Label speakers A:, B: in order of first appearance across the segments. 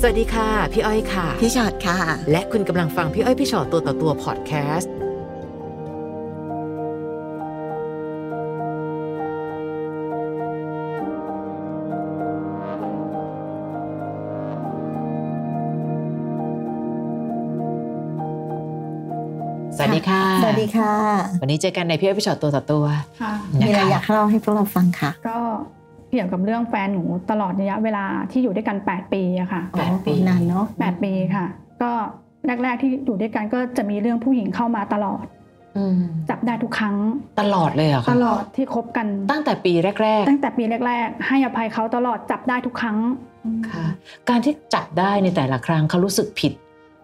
A: สวัสดีค่ะ พี่อ้อยค่ะ
B: พี่ชอดค่ะ
A: และคุณกำลังฟังพี่อ้อยพี่ชอตตัวต่อตัวพอดแคสต์สวัสดีค่ะ
B: สวัสดีค่ะ
A: วันนี้เจอกันในพี่อ้อยพี่ชอตตัวต่อตัว
C: ค่ะ
A: นะคะ
B: มีอะไรอยากเล่าให้พวกเราฟังค่ะ
C: ก็เกี่ยวกับเรื่องแฟนหนูตลอดระยะเวลาที่อยู่ด้วยกัน 8 ปีอะค่ะ
A: แปดปี
B: อ๋อนานเนาะ
C: 8ปีค่ะ ก็แรก ๆ ที่อยู่ด้วยกันก็จะมีเรื่องผู้หญิงเข้ามาตลอด
A: อืม
C: จับได้ทุกครั้ง
A: ตลอดเลยเหรอ
C: ต
A: คะ
C: ลอดที่คบกัน
A: ตั้งแต่ปีแรก
C: ตั้งแต่ปีแรก ๆ ให้อภัยเขาตลอดจับได้ทุกครั้ง
A: ๆ ค่ะ การที่จับได้ในแต่ละครั้งเขารู้สึกผิด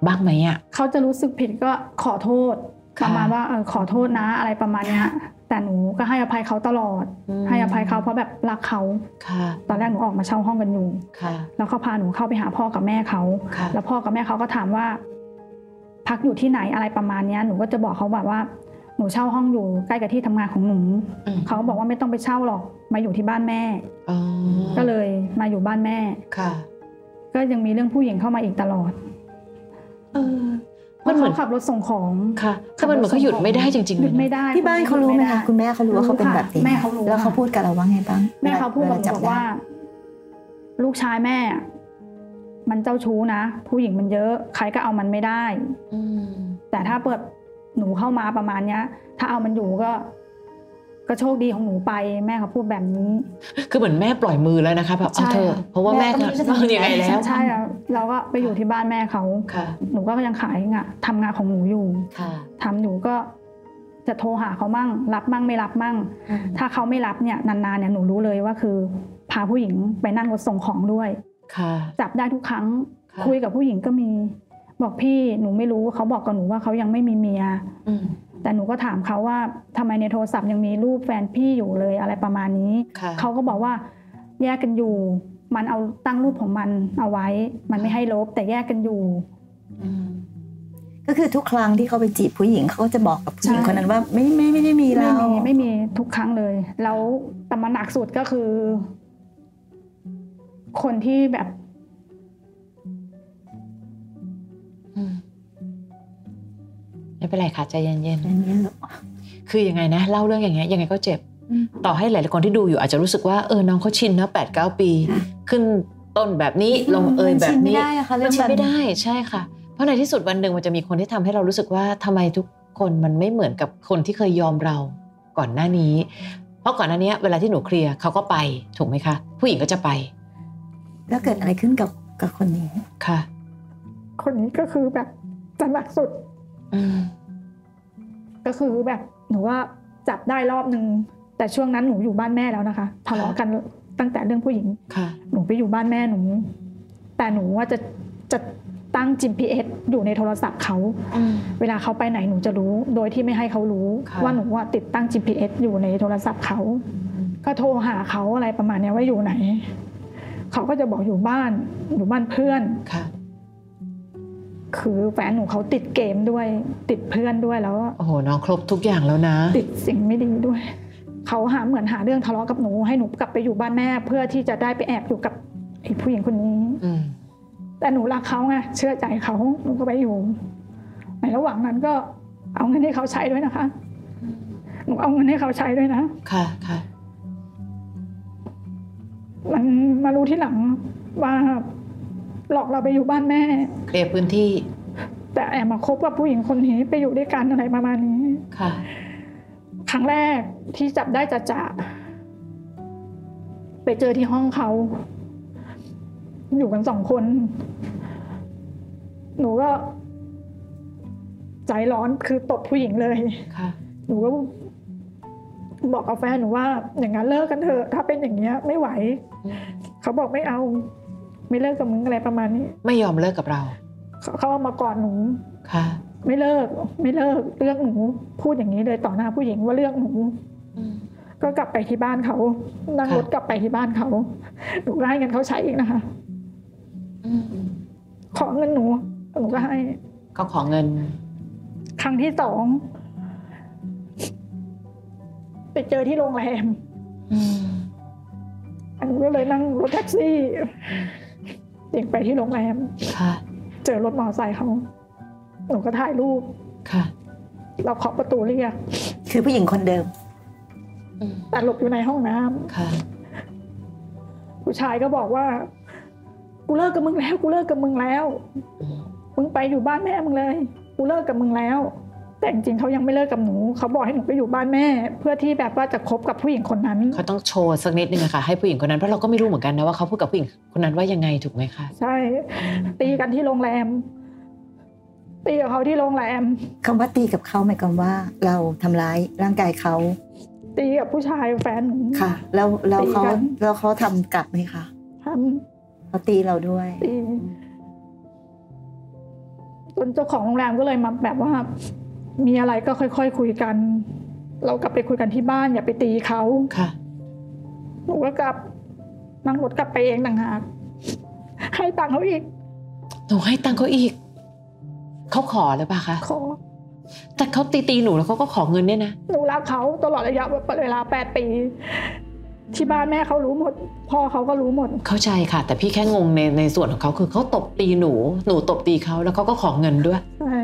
A: บ้างไหมอ่ะ
C: เขาจะรู้สึกผิดก็ขอโทษ
A: ค่ะ
C: ประมาณว่าเออขอโทษนะอะไรประมาณเนี้ยแต่หนูก็ให้อภัยเขาตลอด
A: ม
C: ให้อภัยเขาเพราะแบบรักเขา
A: ค่ะ
C: ตอนแรกหนูออกมาเช่าห้องกันอยู่
A: ค่ะ
C: แล้วเขาพาหนูเข้าไปหาพ่อกับแม่เขา
A: ค่ะ
C: แล้วพ่อกับแม่เขาก็ถามว่า พักอยู่ที่ไหนอะไรประมาณเนี้ยหนูก็จะบอกเขาแบบว่าหนูเช่าห้องอยู่ใกล้กับที่ทำงานของหนู
A: อืม
C: เขาก็บอกว่าไม่ต้องไปเช่าหรอกมาอยู่ที่บ้านแม่
A: อ๋อ
C: ก็เลยมาอยู่บ้านแม่
A: ค่ะ
C: ก็ยังมีเรื่องผู้หญิงเข้ามาอีกตลอด
A: เออ
C: เพ
A: มัน
C: ราะ
A: เหมือ
C: เขา
A: น
C: ขับรถส่งของ
A: ค่ะคือมันเหมือนเขาหยุดไม่ได้จริงๆ
C: ห
A: เลย
C: ยุด
A: นะ
C: ไม่ได้
B: ที่บ้านเขารู้ไหมคะคุณแม่เขารู้ว่าเขาเป็นแบบนี้
C: แม่เขารู้
B: แล้วเขาพูดกับเราว่าไงบ้าง
C: แม่เขาพูดกับหนู
B: จั
C: บอก
B: ได้
C: ว่า ลูกชายแม่อะมันเจ้าชู้นะผู้หญิงมันเยอะใครก็เอามันไม่ได้
A: อืม
C: แต่ถ้าเปิดหนูเข้ามาประมาณเนี้ย ถ้าเอามันอยู่ก็ ก็โชคดีของหนูไปแม่เขาพูดแบบนี้
A: คือเหมือนแม่ปล่อยมือแล้วนะคะแบบเอาเธอะ
C: ใช่ค่ะ
A: เพราะว่าแม่
B: แม่ก็
A: ก็
B: ไม่รู้
A: เออ
B: จะทำ
A: ยังไง
B: ยังไง
A: แล้ว
C: ใช่แล้วเราก็ไปอยู่ที่บ้านแม่เขา
A: ค่ะ
C: หนูก็ยังขายงานทำงานของหนูอยู่
A: ค่ะ
C: ทำอยู่ก็จะโทรหาเขามั่ง รับมั่งไม่รับมั่ง ถ้าเขาไม่รับเนี่ยนานๆเนี่ยหนูรู้เลยว่าคือ พาผู้หญิงไปนั่งรถส่งของด้วย
A: ค่ะ
C: จับได้ทุกครั้ง
A: ค่ะ
C: คุยกับผู้หญิงก็มี บอกพี่หนูไม่รู้เขาบอกกับหนูว่าเขายังไม่มีเมีย
A: อืม
C: แต่หนูก็ถามเขาว่าทำไมในโทรศัพท์ยังมีรูปแฟนพี่อยู่เลยอะไรประมาณนี้
A: ค่ะ
C: เขาก็บอกว่าแยกกันอยู่ มันเอาตั้งรูปของมันเอาไว้ มันไม่ให้ลบแต่แยกกันอยู่
A: อืม
B: ก็คือทุกครั้งที่เขาไปจีบผู้หญิงเขาก็จะบอกกับผู้หญิง
C: ใช่
B: คนนั้นว่าไม่ไม่ไม่ได้มี
C: ไม่
B: เรา
C: มีไม่มีทุกครั้งเลย แล้วแต่มันหนักสุดก็คือ คนที่แบบ
A: อืมไม่เป็นไรค่ะใจเย็น
B: อันนี้เหรอ
A: ๆคือยังไงนะเล่าเรื่องอย่างเงี้ยยังไงก็เจ็บ
B: อืม
A: ต่อให้หลายๆคนที่ดูอยู่อาจจะรู้สึกว่าเออน้องเขาชินเนอะแปดเก้าปี
B: ค่ะ
A: ขึ้นต้นแบบนี้ลงเอยแบบนี้
B: มันชินไม่ได้อะค่ะเรื่
A: มั
B: อง
A: นชินไม่
B: แบบนี้
A: ได้ใช่ค่ะ เพราะในที่สุดวันหนึ่งมันจะมีคนที่ทำให้เรารู้สึกว่าทำไมทุกคนมันไม่เหมือนกับคนที่เคยยอมเราก่อนหน้านี้ เพราะก่อนหน้านี้เวลาที่หนูเคลียร์เขาก็ไปถูกไหมคะ ผู้หญิงก็จะไป
B: แล้วเกิดอะไรขึ้นกับกับคนนี้
A: ค่ะ
C: คนนี้ก็คือแบบจะหนักสุด
A: อืม
C: ก็คือแบบหนูว่าจับได้รอบนึงแต่ช่วงนั้นหนูอยู่บ้านแม่แล้วนะคะทะเลาะกันตั้งแต่เรื่องผู้หญิง
A: ค่ะ
C: หนูไปอยู่บ้านแม่หนู แต่หนูว่าจะจะตั้ง GPS อยู่ในโทรศัพท์เขา
A: อืม
C: เวลาเขาไปไหนหนูจะรู้ โดยที่ไม่ให้เขารู้
A: ค่ะ
C: ว่าหนูว่าติดตั้ง GPS อยู่ในโทรศัพท์เขา ก็โทรหาเขาอะไรประมาณเนี้ยว่าอยู่ไหน เขาก็จะบอกอยู่บ้าน อยู่บ้านเพื่อน
A: ค่ะ
C: คือแฟนหนูเขาติดเกมด้วย ติดเพื่อนด้วยแล้วก็
A: โอ้โหน้องครบทุกอย่างแล้วนะ
C: ติดสิ่งไม่ดีด้วย เขาหาเหมือนหาเรื่องทะเลาะกับหนู ให้หนูกลับไปอยู่บ้านแม่ เพื่อที่จะได้ไปแอบอยู่กับไอ้ผู้หญิงคนนี้
A: อืม
C: แต่หนูรักเขาไงเชื่อใจเขาหนูก็ไปอยู่ ในระหว่างนั้นก็เอาเงินให้เขาใช้ด้วยนะคะ หนูเอาเงินให้เขาใช้ด้วยนะ
A: ค่ะค่ะ
C: มันมารู้ที่หลังว่าหลอกเราไปอยู่บ้านแม่
A: เคลียร์พื้นที่
C: แต่แอบมาคบกับผู้หญิงคนนี้ไปอยู่ด้วยกันอะไรประมาณนี้
A: ค่ะ
C: ครั้งแรกที่จับได้จะจะไปเจอที่ห้องเขา อยู่กันสองคน หนูก็ ใจร้อนคือตบผู้หญิงเลย
A: ค่ะ
C: หนูก็บอกกับแฟนหนูว่า อย่างนั้นเลิกกันเถอะ ถ้าเป็นอย่างเงี้ย ไม่ไหว
A: อืม
C: เขาบอกไม่เอา ไม่เลิกกับมึงอะไรประมาณนี้
A: ไม่ยอมเลิกกับเรา
C: เขาเขาเอามากอดหนู
A: ค่ะ
C: ไม่เลิก ไม่เลิกเรื่องหนูพูดอย่างนี้เลยต่อหน้าผู้หญิงว่าเรื่องหนู
A: อืม
C: ก็กลับไปที่บ้านเขานั่ง
A: ค่ะ
C: รถกลับไปที่บ้านเขาหนูก็ให้เงินเขาใช้อีกนะคะ
A: อืม
C: ขอเงินหนูหนูก็ให้
A: เขาขอเงิน
C: ครั้งที่สองไปเจอที่โรงแรม
A: อืม
C: หนูก็เลยนั่งรถแท็กซี่ จ เองไปที่โรงแรม
A: ค่ะ
C: เจอรถมอเตอร์ไซค์เขาหนูก็ถ่ายรูป
A: ค่ะ
C: เราเคาะประตูเรียก
B: คือผู้หญิงคนเดิม
A: อืม
C: แต่หลบอยู่ในห้องน้ำ
A: ค่ะ
C: ผู้ชายก็บอกว่า กูเลิกกับมึงแล้ว กูเลิกกับมึงแล้ว
A: อืม
C: มึงไปอยู่บ้านแม่มึงเลย กูเลิกกับมึงแล้ว แต่จริงๆเขายังไม่เลิกกับหนู เขาบอกให้หนูไปอยู่บ้านแม่ เพื่อที่แบบว่าจะคบกับผู้หญิงคนนั้น
A: เขาต้องโชว์สักนิดนึงอะค่ะ ให้ผู้หญิงคนนั้นเพราะเราก็ไม่รู้เหมือนกันนะว่าเขาพูดกับผู้หญิงคนนั้นว่ายังไงถูกไหมคะ
C: ใช่ ตีกันที่โรงแรม ตีกับเขาที่โรงแรม
B: คำว่าตีกับเขาหมายความว่า เราทำร้ายร่างกายเขา
C: ตีกับผู้ชายแฟนหนู
B: ค่ะ แล้วแล้วเขา
C: ตีกัน
B: แล้วเขาทำกลับไหมคะ
C: ท
B: เขาตีเราด้วย
C: ำตีจนเจ้าของโรงแรมก็เลยมาแบบว่า มีอะไรก็ค่อยๆคุยกัน เรากลับไปคุยกันที่บ้าน อย่าไปตีเขา
A: ค่ะ
C: หนูก็กลับนั่งรถกลับไปเองต่างหากให้ตังค์เขาอีก
A: หนูให้ตังค์เขาอีกเขาขอหรือเปล่าคะ
C: ขอ
A: แต่เขาตีตีๆหนูแล้วเขาก็ขอเงินเนี่ยนะ
C: หนูรักเขาตลอดระยะเวลาแปดปี ที่บ้านแม่เขารู้หมด พ่อเขาก็รู้หมด
A: เข้าใจค่ะ แต่พี่แค่งงในในส่วนของเขาคือเขาตบตีหนู หนูตบตีเขาแล้วเขาก็ขอเงินด้วย
C: ใช่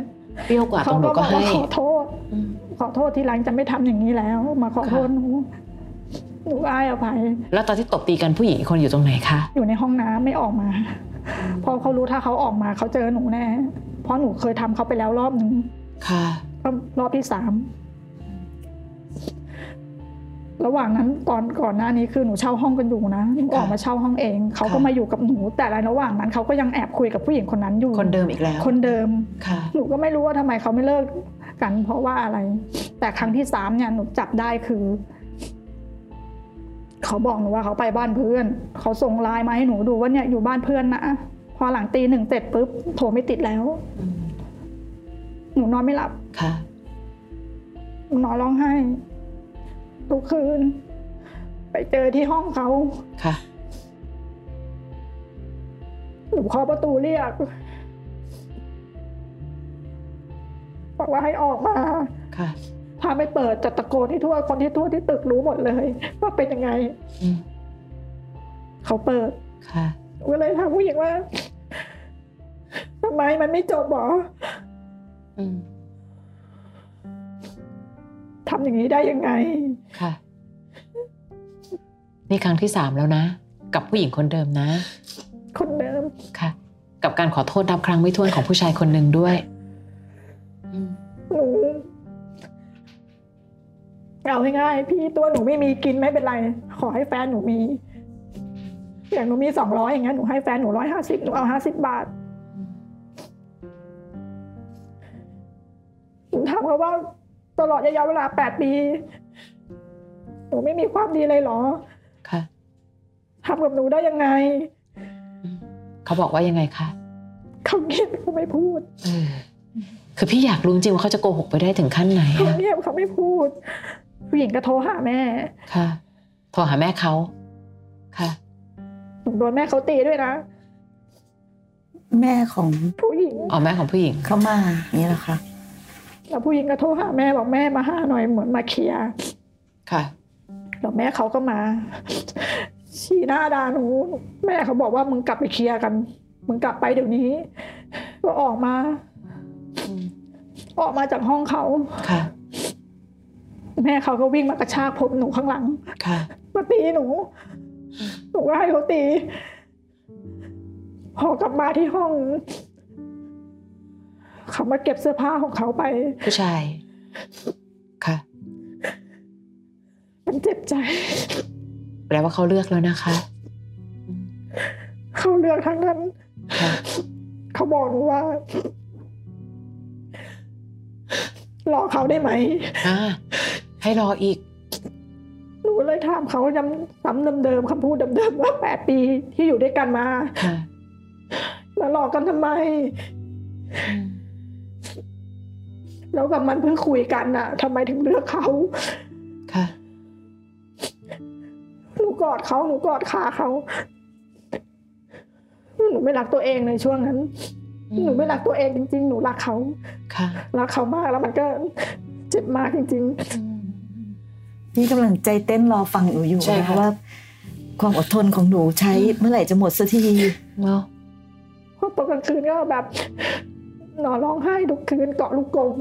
A: เปรี้ยวกว่าต
C: เขา
A: รงหนู
C: ก็บ
A: ก็
C: อก
A: ให้
C: ว่าขอโทษ
A: อืม
C: ขอโทษทีหลังจะไม่ทำอย่างนี้แล้ว มาขอโทษหนู หนูก็ให้อภัย
A: แล้วตอนที่ตบตีกันผู้หญิงอีกคนอยู่ตรงไหนคะ
C: อยู่ในห้องน้ำไม่ออกมา เพราะเขารู้ถ้าเขาออกมาเขาเจอหนูแน่ เพราะหนูเคยทำเขาไปแล้วรอบหนึ่ง
A: ค่ะ
C: รอบรอบที่สาม ระหว่างนั้นตอนก่อนหน้านี้คือหนูเช่าห้องกันอยู่นะหนูออกมาเช่าห้องเอง เขาก็
A: ค่ะ
C: มาอยู่กับหนู แต่ในระหว่างนั้นเขาก็ยังแอบคุยกับผู้หญิงคนนั้นอยู่
A: คนเดิมอีกแล้ว
C: คนเดิม
A: ค่ะ
C: หนูก็ไม่รู้ว่าทำไมเขาไม่เลิกกัน เพราะว่าอะไร แต่ครั้งที่สามเนี่ยหนูจับได้คือ เขาบอกหนูว่าเขาไปบ้านเพื่อน เขาส่งไลน์มาให้หนูดูว่าเนี่ยอยู่บ้านเพื่อนนะพอหลังตีหนึ่งเสร็จปุ๊บโทรไม่ติดแล้ว หนูนอนไม่หลับ
A: ค่ะ
C: หนูนอนร้องไห้ทุกคืน ไปเจอที่ห้องเขา
A: ค่ะ
C: หนูเคาะประตูเรียกบอกว่าให้ออกมา
A: ค่ะ
C: ถ้าไม่เปิดจะตะโกนให้ทั่วคนที่ทั่วที่ตึกรู้หมดเลย ว่าเป็นยังไง
A: อืม
C: เขาเปิด
A: ค่ะ
C: ก็เลยถามผู้หญิงว่าทำไมมันไม่จบหรอ
A: อืม
C: ทำอย่างนี้ได้ยังไง
A: ค่ะ นี่ครั้งที่สามแล้วนะ กับผู้หญิงคนเดิมนะ
C: คนเดิม
A: ค่ะ กับการขอโทษนับครั้งไม่ถ้วนของผู้ชายคนหนึ่งด้วยอืม
C: หนูเอาง่ายๆพี่ตัวหนูไม่มีกินไม่เป็นไร ขอให้แฟนหนูมี อย่างหนูมีสองร้อยอย่างเงี้ยหนูให้แฟนหนูร้อยห้าสิบหนูเอาห้าสิบบาทหนูถามเขาว่าตลอดระยะเวลาแปดปีหนูไม่มีความดีเลยเหรอ
A: ค่ะ
C: ทำกับหนูได้ยังไง
A: อืมเขาบอกว่ายังไงคะ
C: เขาเงียบเขาไม่พูด
A: เออคือพี่อยากรู้จริงว่าเขาจะโกหกไปได้ถึงขั้นไหน
C: เขา
A: อะ
C: เงียบเขาไม่พูด ผู้หญิงก็โทรหาแม่
A: ค่ะ โทรหาแม่เขา ค่ะ
C: หนูโดนแม่เขาตีด้วยนะ
B: แม่ของ
C: ผู้หญิง
A: เอาแม่ของผู้หญิง
B: เขามาอย่างนี้เหรอคะ
C: แล้วผู้หญิงก็โทรหาแม่บอกแม่มาหาหน่อยเหมือนมาเคลียร์
A: ค่ะ
C: แล้วแม่เขาก็มา ชี้หน้าด่าหนู แม่เขาบอกว่ามึงกลับไปเคลียร์กัน มึงกลับไปเดี๋ยวนี้ ก็ออกมา
A: อืม
C: ออกมาจากห้องเขา
A: ค่ะ
C: แม่เขาก็วิ่งมากระชากผมหนูข้างหลัง
A: ค่ะ
C: มาตีหนู หนูก็ให้เขาตี พอกลับมาที่ห้อง เขามาเก็บเสื้อผ้าของเขาไป
A: ผู้ชาย ค่ะ
C: มันเจ็บใจ
A: แปลว่าเขาเลือกแล้วนะคะ
C: เขาเลือกทั้งนั้น
A: ค่ะ
C: เขาบอกหนูว่า รอเขาได้ไหม
A: อ่า ให้รออีก
C: หนูเลยถามเขาย้ำซ้ำเดิมๆคำพูดเดิมๆว่าแปดปีที่อยู่ด้วยกันมา
A: ค่ะ
C: แล้วหลอกกันทำไม
A: อืม
C: แล้วกับมันเพิ่งคุยกันน่ะทำไมถึงเลือกเขา
A: ค่ะ
C: หนูกอดเขาหนูกอดขาเขา หนูไม่รักตัวเองในช่วงนั้น หนูไม่รักตัวเองจริง ๆ หนูรักเขา
A: ค่ะ
C: รักเขามากแล้วมันก็เจ็บมากจริง
B: นี่กำลังใจเต้นรอฟังหนูอยู่
A: ใช่
B: นะ
A: ค่ะ
B: คะว่า ความอดทนของหนูใช้เมื่อไหร่จะหมดสักที
A: เนาะ
C: ตอนกลางคืนก็แบบนอนร้องไห้ทุกคืนเกาะลูกกง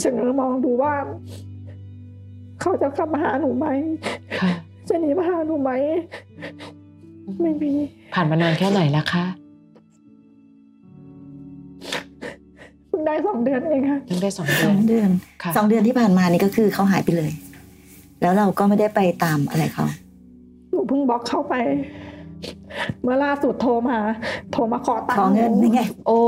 C: เฉงอมองดูว่า เขาจะกลับมาหาหนูไหม
A: ค่ะ
C: จะหนีมาหาหนูไหม ไม่มี
A: ผ่านมานานแค่ไหนแล้วคะ
C: เพิ่งได้สองเดือนเองค่ะ
A: เพิ่งได้สอง
B: ส
A: เดือ
B: อน งเดือน
A: ค่ะ
B: สองเดือนที่ผ่านมานี่ก็คือเขาหายไปเลย แล้วเราก็ไม่ได้ไปตามอะไรเขา
C: หนูเพิ่งบล็อกเข้าไป เมื่อล่าสุดโทรมา โทรมาขอตัง
B: ขอ
C: ค์
B: เงิน
C: ห
B: นี่ไง
A: โอ้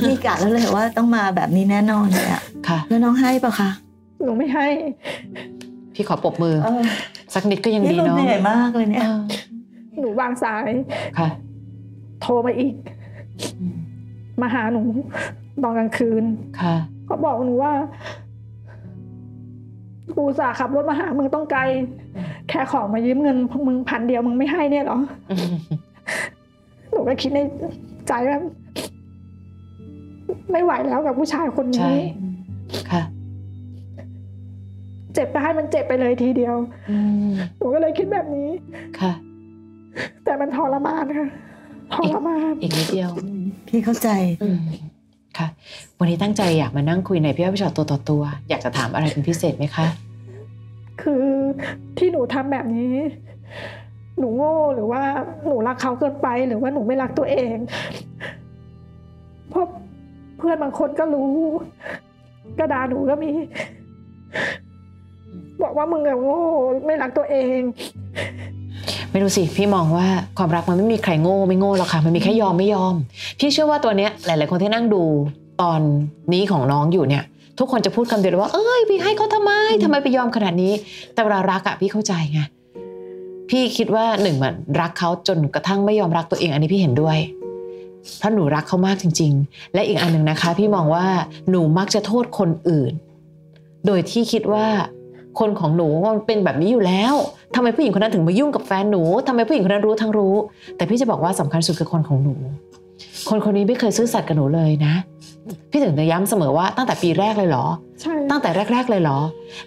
B: พี่กะแล้วเลยว่าต้องมาแบบนี้แน่นอนเลยอะ
A: ค่ะ
B: แล้วน้องให้ปะคะ
C: หนูไม่ให้
A: พี่ขอปรบมือ
B: เออ
A: สักนิดก็ยัง
B: นี่
A: ดี
B: เรา
A: เนาะ
B: เหนื่อยมากเลยเนี่ย
A: เออ
C: หนูวางสาย
A: ค่ะ
C: โทรมาอีก
A: อืม
C: มาหาหนูตอนกลางคืน
A: ค่ะ
C: ก็บอกหนูว่า กูอุตสาห์ขับรถมาหามึงต้องไกล แค่ของมายืมเงินพวกมึงพันเดียวมึงไม่ให้เนี่ยเหรอ หนูก็คิดในใจแบบไม่ไหวแล้วกับผู้ชายคน
A: ใช่
C: นี้
A: ค่ะ
C: เจ็บก็ให้มันเจ็บไปเลยทีเดียว
A: อืม
C: หนูก็เลยคิดแบบนี้
A: ค่ะ
C: แต่มันทรมานค่ะทรมาน
A: อีกนิดเดียว
B: พี่เข้าใจ
A: อืมค่ะ วันนี้ตั้งใจอยากมานั่งคุยในพี่อ้อยพี่ชอตตัวต่อตัว อยากจะถามอะไรเป็นพิเศษไหมคะ
C: คือที่หนูทำแบบนี้ หนูโง่หรือว่าหนูรักเขาเกินไปหรือว่าหนูไม่รักตัวเองเพราะเพื่อนบางคนก็รู้ กระดาหนูก็มี บอกว่ามึงอะโง่ไม่รักตัวเอง
A: ไม่รู้สิ พี่มองว่าความรักมันไม่มีใครโง่ไม่โง่หรอกค่ะ มันมีแค่ยอมไม่ยอม พี่เชื่อว่าตัวเนี้ยหลาย ๆ คนที่นั่งดูตอนนี้ของน้องอยู่เนี่ย ทุกคนจะพูดคำเดียวเลยว่า เอ้ยพี่ให้เขาทำไมทำไมไปยอมขนาดนี้ แต่เวลารักอะพี่เข้าใจไงพี่คิดว่าหนึ่งมันรักเขาจนกระทั่งไม่ยอมรักตัวเองอันนี้พี่เห็นด้วย เพราะหนูรักเขามากจริง ๆ และอีกอันหนึ่งนะคะ พี่มองว่าหนูมักจะโทษคนอื่น โดยที่คิดว่า คนของหนูมันเป็นแบบนี้อยู่แล้วทำไมผู้หญิงคนนั้นถึงมายุ่งกับแฟนหนูทำไมผู้หญิงคนนั้นรู้ทั้งรู้ แต่พี่จะบอกว่าสำคัญสุดคือคนของหนู คนคนนี้ไม่เคยซื่อสัตย์กับหนูเลยนะ พี่ถึงจะย้ำเสมอว่าตั้งแต่ปีแรกเลยเหรอ
C: ใช่
A: ตั้งแต่แรก ๆ เลยเหรอ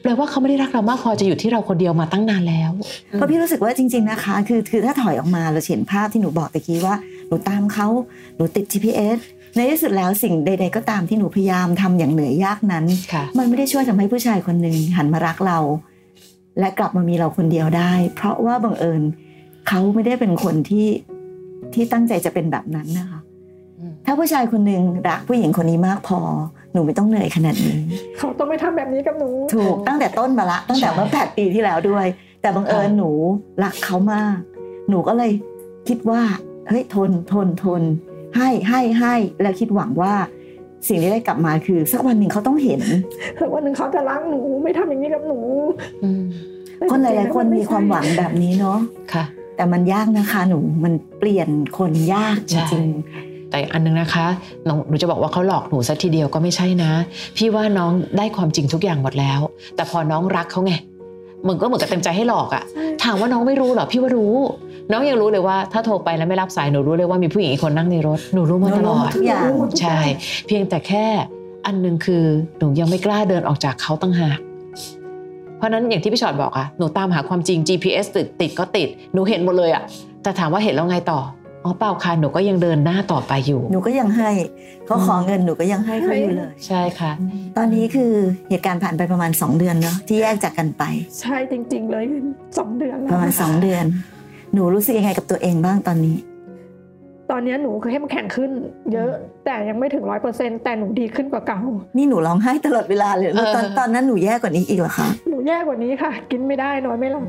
A: แปลว่าเขาไม่ได้รักเรามากพอจะอยู่ที่เราคนเดียวมาตั้งนานแล้ว
B: เพราะพี่รู้สึกว่าจริง ๆนะคะ คือคือถ้าถอยออกมาเราจะเห็นภาพที่หนูบอกตะกี้ว่าหนูตามเขาหนูติด GPS ในที่สุดแล้วสิ่งใด ๆ ก็ตามที่หนูพยายามทำอย่างเหนื่อยยากนั้น
A: ค่ะ
B: มันไม่ได้ช่วยทำให้ผู้ชายคนหนึ่งหันมารักเรา และกลับมามีเราคนเดียวได้ เพราะว่าบังเอิญเขาไม่ได้เป็นคนที่ที่ตั้งใจจะเป็นแบบนั้นนะคะ
A: อืม
B: ถ้าผู้ชายคนหนึ่งรักผู้หญิงคนนี้มากพอ หนูไม่ต้องเหนื่อยขนาดนี้
C: เขาต้องไม่ทำแบบนี้กับหนู
B: ถูกตั้งแต่ต้นมาละตั้งแต่เมื่อแปดปีที่แล้วด้วย แต่บังเอิญหนูรักเขามาก หนูก็เลยคิดว่าเฮ้ยทนทนทน ให้ให้ให้แล้วคิดหวังว่า สิ่งที่ได้กลับมาคือสักวันหนึ่งเขาต้องเห็น
C: แต่วันหนึ่งเขาจะรักหนูไม่ทำอย่างนี้กับหนู
A: อืม
B: คนหลาย ๆ คนมีความหวังแบบนี้เนาะ
A: ค่ะ
B: แต่มันยากนะคะหนูมันเปลี่ยนคนยากจริง
A: แต่อันนึงนะคะหนูหนูจะบอกว่าเขาหลอกหนูซะทีเดียวก็ไม่ใช่นะ พี่ว่าน้องได้ความจริงทุกอย่างหมดแล้ว แต่พอน้องรักเขาไงมันก็เหมือนกับเต็มใจให้หลอกอะ
C: ใช่
A: ถามว่าน้องไม่รู้เหรอ พี่ว่ารู้ น้องยังรู้เลยว่าถ้าโทรไปแล้วไม่รับสายหนูรู้เลยว่ามีผู้หญิงอีกคนนั่งในรถหนูรู้มาตลอด
B: ทุกอย่าง
A: ใช่ เพียงแต่แค่อันหนึงคือหนูยังไม่กล้าเดินออกจากเขาตั้งหากเพราะฉะนั้นอย่างที่พี่ชอดบอกอะหนูตามหาความจริง GPS ติดติดก็ติด หนูเห็นหมดเลยอะแต่ถามว่าเห็นแล้วไงต่ออ๋อเปล่าค่ะหนูก็ยังเดินหน้าต่อไปอยู่
B: ๆ หนูก็ยังให้เขาขอเงินหนูก็ยังให้เขาอยู่เลย
A: ใช่ค่ะ
B: ตอนนี้คือเหตุการณ์ผ่านไปประมาณ 2 เดือนเนาะที่แยกจากกันไป
C: ใช่จริง ๆ เลยสองเดือนแล้
B: ป
C: ว
B: ระมาณ
C: ค่ะ
B: 2 เดือน หนูรู้สึกยังไงกับตัวเองบ้างตอนนี้
C: ตอนนี้หนูเข้มแข็งขึ้น เยอะแต่ยังไม่ถึงร้อยเปอร์เซ็นแต่หนูดีขึ้นกว่าเก่า
B: นี่หนูร้องไห้ตลอดเวลาเลยแล้วตอน
A: เออ
B: ตอนนั้นหนูแย่กว่านี้อีกเหรอคะ
C: หนูแย่กว่านี้ค่ะ กินไม่ได้นอนไม่หลับ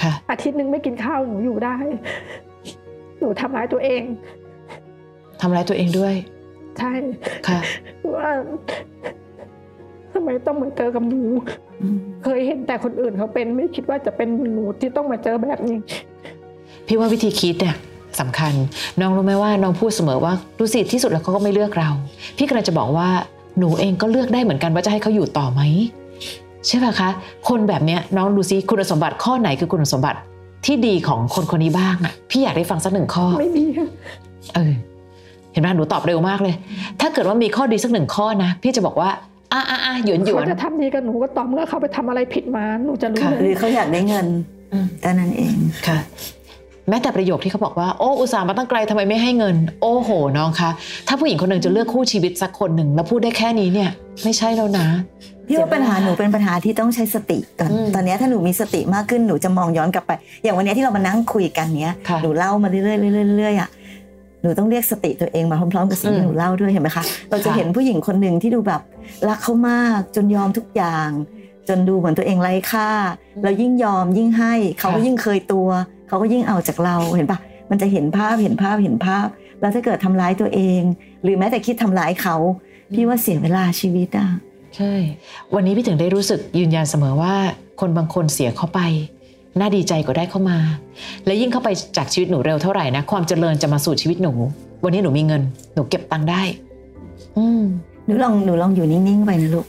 A: ค่ะ
C: อาทิตย์หนึ่งไม่กินข้าวหนูอยู่ได้ หนูทำร้ายตัวเอง
A: ทำร้ายตัวเองด้วย
C: ใช่
A: ค่ะ
C: ว่าทำไมต้องมาเจอกับหนู
B: อืม
C: เคยเห็นแต่คนอื่นเขาเป็น ไม่คิดว่าจะเป็นหนูที่ต้องมาเจอแบบนี้
A: พี่ว่าวิธีคิดเนี่ยสำคัญ น้องรู้ไหมว่าน้องพูดเสมอว่าดูสิที่สุดแล้วเขาก็ไม่เลือกเรา พี่กำลังจะบอกว่าหนูเองก็เลือกได้เหมือนกันว่าจะให้เขาอยู่ต่อไหมใช่ป่ะคะ คนแบบเนี้ยน้องดูสิคุณสมบัติข้อไหนคือคุณสมบัติที่ดีของคนคนนี้บ้างอะพี่อยากได้ฟังสักหนึ่งข้อ
C: ไม่มี
A: เออเห็นไหมหนูตอบเร็วมากเลย ถ้าเกิดว่ามีข้อดีสักหนึ่งข้อนะ พี่จะบอกว่าอ่ะอ่ะอ่ะหยวนหยวน
C: เขาจะทำดีกับหนูก็ต่อเมื่อเขาไปทำอะไรผิดมา หนูจะรู้
A: ค่ะ
C: เล
B: หรื
C: ย
B: อเขาอยากได้เงิน
A: อืม
B: แต่นั้นเอง
A: ค่ะ แม้แต่ประโยคที่เขาบอกว่าโอ้อุตส่าห์มาตั้งไกลทำไมไม่ให้เงิน โอ้โหน้องคะถ้าผู้หญิงคนหนึ่งจะเลือกคู่ชีวิตสักคนหนึ่งแล้วพูดได้แค่นี้เนี่ย ไม่ใช่แล้วนะ
B: พี่ว่าปัญหาหนูเป็นปัญหาที่ต้องใช้สติก่อน
A: อืม
B: ตอนเนี้ยถ้าหนูมีสติมากขึ้นหนูจะมองย้อนกลับไป อย่างวันเนี้ยที่เรามานั่งคุยกันเนี้ย
A: ค่ะ
B: หนูเล่ามาเรื่อยๆเรื่อยๆเรื่อยๆอ่ะหนูต้องเรียกสติตัวเองมาพร้อมๆกับสิ่ง
A: อื
B: ที่
A: ม
B: หนูเล่าด้วยเห็นไหมคะเราจะ
A: ค่ะ
B: เห็นผู้หญิงคนหนึ่งที่ดูแบบรักเขามากจนยอมทุกอย่าง จนดูเหมือนตัวเองไร้ค่า แล้วยิ่งยอมยิ่งให้เขาก็ยิ่งเคยตัว เขาก็ยิ่งเอาจากเราเห็นปะมันจะเห็นภาพเห็นภาพเห็นภาพ แล้วถ้าเกิดทำร้ายตัวเอง หรือแม้แต่คิดทำร้ายเขาพี่ว่าเสียเวลาชีวิตอ่ะ
A: ใช่ วันนี้พี่ถึงได้รู้สึกยืนยันเสมอว่า คนบางคนเสียเข้าไป น่าดีใจกว่าได้เข้ามา และยิ่งเข้าไปจากชีวิตหนูเร็วเท่าไหร่นะ ความเจริญจะมาสู่ชีวิตหนู วันนี้หนูมีเงิน หนูเก็บตังค์ได้ อืม
B: หนูลองหนูลองอยู่นิ่งๆไปนะลูก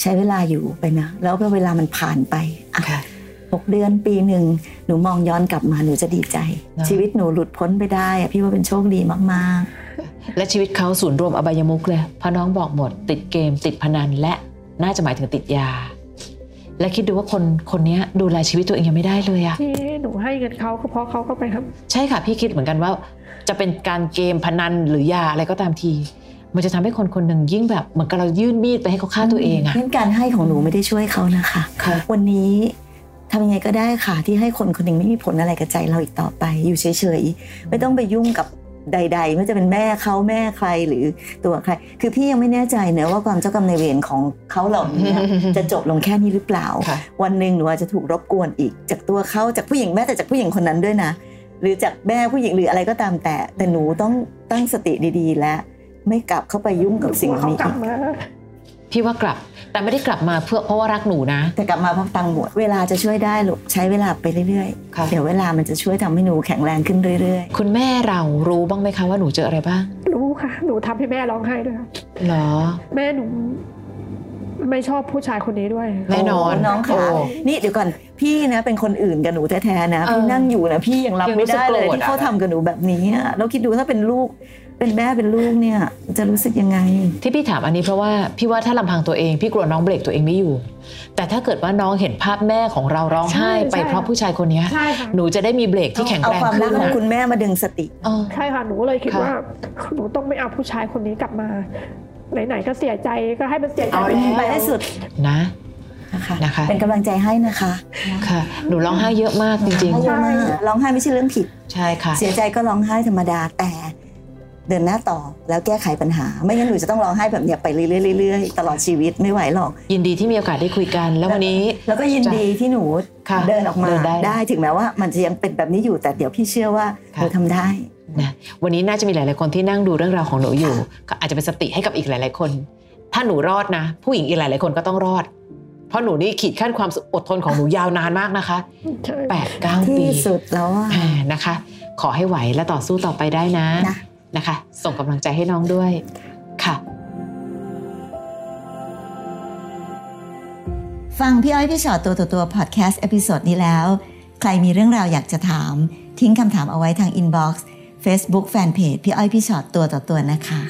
B: ใช้เวลาอยู่ไปนะ แล้วก็เวลามันผ่านไปอ่ะ
A: ค่ะ
B: หกเดือนปีหนึ่งหนูมองย้อนกลับมาหนูจะดีใจ
A: นะ
B: ชีวิตหนูหลุดพ้นไปได้อะพี่ว่าเป็นโชคดีมาก
A: และชีวิตเขาศูนย์รวมอบายมุกเลยเพราะน้องบอกหมด ติดเกม ติดพนันและน่าจะหมายถึงติดยา และคิดดูว่าคนคนเนี้ยดูแลชีวิตตัวเองยังไม่ได้เลยอะ
C: ที่หนูให้เงินเขาก็เพราะเขาก็ไปทำ
A: ใช่ค่ะพี่คิดเหมือนกันว่า จะเป็นการเกมพนันหรือยาอะไรก็ตามที มันจะทำให้คนคนหนึ่งยิ่งแบบเหมือนกับเรายื่นมีดไปให้เขา
B: ๆ
A: ฆ่าตัวเองอะ
B: งั้นการให้ของหนูไม่ได้ช่วยเขานะคะ
A: ค่ะ
B: วันนี้ทำยังไงก็ได้ค่ะที่ให้คนคนหนึ่งไม่มีผลอะไรกับใจเราอีกต่อไป อยู่เฉยๆไม่ต้องไปยุ่งกับใด ๆ ไม่ว่าจะเป็นแม่เขาแม่ใครหรือตัวใคร คือพี่ยังไม่แน่ใจเนะว่าความเจ้ากรรมนายเวรของเขาเหล่านี้เนี่ย จะจบลงแค่นี้หรือเปล่า
A: ค่ะ
B: วันหนึ่งหนูอาจจะถูกรบกวนอีก จากตัวเขาจากผู้หญิงแม้แต่จากผู้หญิงคนนั้นด้วยนะ หรือจากแม่ผู้หญิงหรืออะไรก็ตามแต่ แต่หนูต้องตั้งสติดีๆ และไม่กลับเข้าไปยุ่งกับสิ่งเหล่านี้
C: กลั
B: อี
C: บ
B: ก
C: มา
A: พี่ว่ากลับ แต่ไม่ได้กลับมาเพื่อเพราะว่ารักหนูนะ
B: แต่กลับมาเพราะตังค์หมดเวลาจะช่วยได้ลูกใช้เวลาไปเรื่อย
A: ค่ะ
B: ๆเดี๋ยวเวลามันจะช่วยทำให้หนูแข็งแรงขึ้นเรื่อย
A: คุณแม่เรารู้บ้างไหมคะว่าหนูเจออะไรบ้าง
C: รู้ค่ะ หนูทำให้แม่ร้องไห้ด้วยค่ะ
A: เหรอ
C: แม่หนูไม่ชอบผู้ชายคนนี้ด้วย
B: ๆ
A: แน่นอน
B: โน้อง
A: โอ้
B: ขานี่เดี๋ยวก่อนพี่นะเป็นคนอื่นกับหนูแท้ๆนะ
A: เออ
B: พี่นั่งอยู่นะพี่ยังรับ
A: ยังรู้
B: ไม่
A: สึก
B: ได้เลย
A: โกรธ
B: ที่เขา
A: อะ
B: ทำกับหนูแบบนี้อะแล้วคิดดูถ้าเป็นลูกเป็นแม่เป็นลูกเนี่ยจะรู้สึกยังไง
A: ที่พี่ถามอันนี้เพราะว่าพี่ว่าถ้าลำพังตัวเองพี่กลัวน้องเบรกตัวเองไม่อยู่ แต่ถ้าเกิดว่าน้องเห็นภาพแม่ของเราร้องไห้
C: ใช่
A: ไป
C: ใช่
A: เพราะผู้ชายคนเนี้ย
C: ใช่ค่ะ
A: หนูจะได้มีเบรกที่แข็ง
B: เอา
A: แรง
B: ความรั
A: ขึ้
B: ก
A: น
B: ของ
A: อะ
B: คุณแม่มาดึงสติ
A: เออ
C: ใช่ค่ะหนูก็เลยคิด
A: ค่ะ
C: ว่า หนูต้องไม่เอาผู้ชายคนนี้กลับมา ไหนๆก็เสียใจก็ให้มันเสียใจ
B: เอาไปให้สุด
A: นะ
B: นะคะ
A: นะคะ
B: เป็นกำลังใจให้นะคะ
A: ค่ะ หนูร้องไห้เยอะมากจริง
B: ร้องไห้เยอะมากร้องไห้ไม่ใช่เรื่องผิด
A: ๆ ใช่ค่ะ
B: เสียใจก็ร้องไห้ธรรมดาแต่ เดินหน้าต่อแล้วแก้ไขปัญหา ไม่งั้นหนูจะต้องร้องไห้แบบเนี้ยไปเรื่อยๆเรื่อยๆตลอดชีวิตไม่ไหวหรอก
A: ยินดีที่มีโอกาสได้คุยกัน แล้ววันนี้
B: แล้วก็ยินดีที่หนู
A: ค่ะ
B: เดินออกมา
A: เดินได้
B: ถึงแม้ว่ามันจะยังเป็นแบบนี้อยู่แต่เดี๋ยวพี่เชื่อว่าห
A: ค่ะ
B: นูทำได้
A: นะวันนี้น่าจะมีหลาย ๆ คนที่นั่งดูเรื่องราวของหนูอยู่ ก็อาจจะเป็นสติให้กับอีกหลาย ๆ คน ถ้าหนูรอดนะ ผู้หญิงอีกหลาย ๆ คนก็ต้องรอด เพราะหนูนี่ขีดขั้นความอดทนของหนูยาวนานมากนะคะ
C: ใช่
A: แปดเก้า
B: ที่
A: ปี
B: สุดแล้วอะ
A: อ่านะคะ ขอให้ไหวและต่อสู้ต่อไปได้นะ
B: นะ
A: นะคะ ส่งกำลังใจให้น้องด้วยค่ะ
B: ฟังพี่อ้อยพี่ชอตตัวต่อตัวพอดแคสต์เอพิโซดนี้แล้ว ใครมีเรื่องราวอยากจะถาม ทิ้งคำถามเอาไว้ทางอินบ็อกซ์เฟซบุ๊กแฟนเพจพี่อ้อยพี่ชอตตัวต่อตัวนะคะ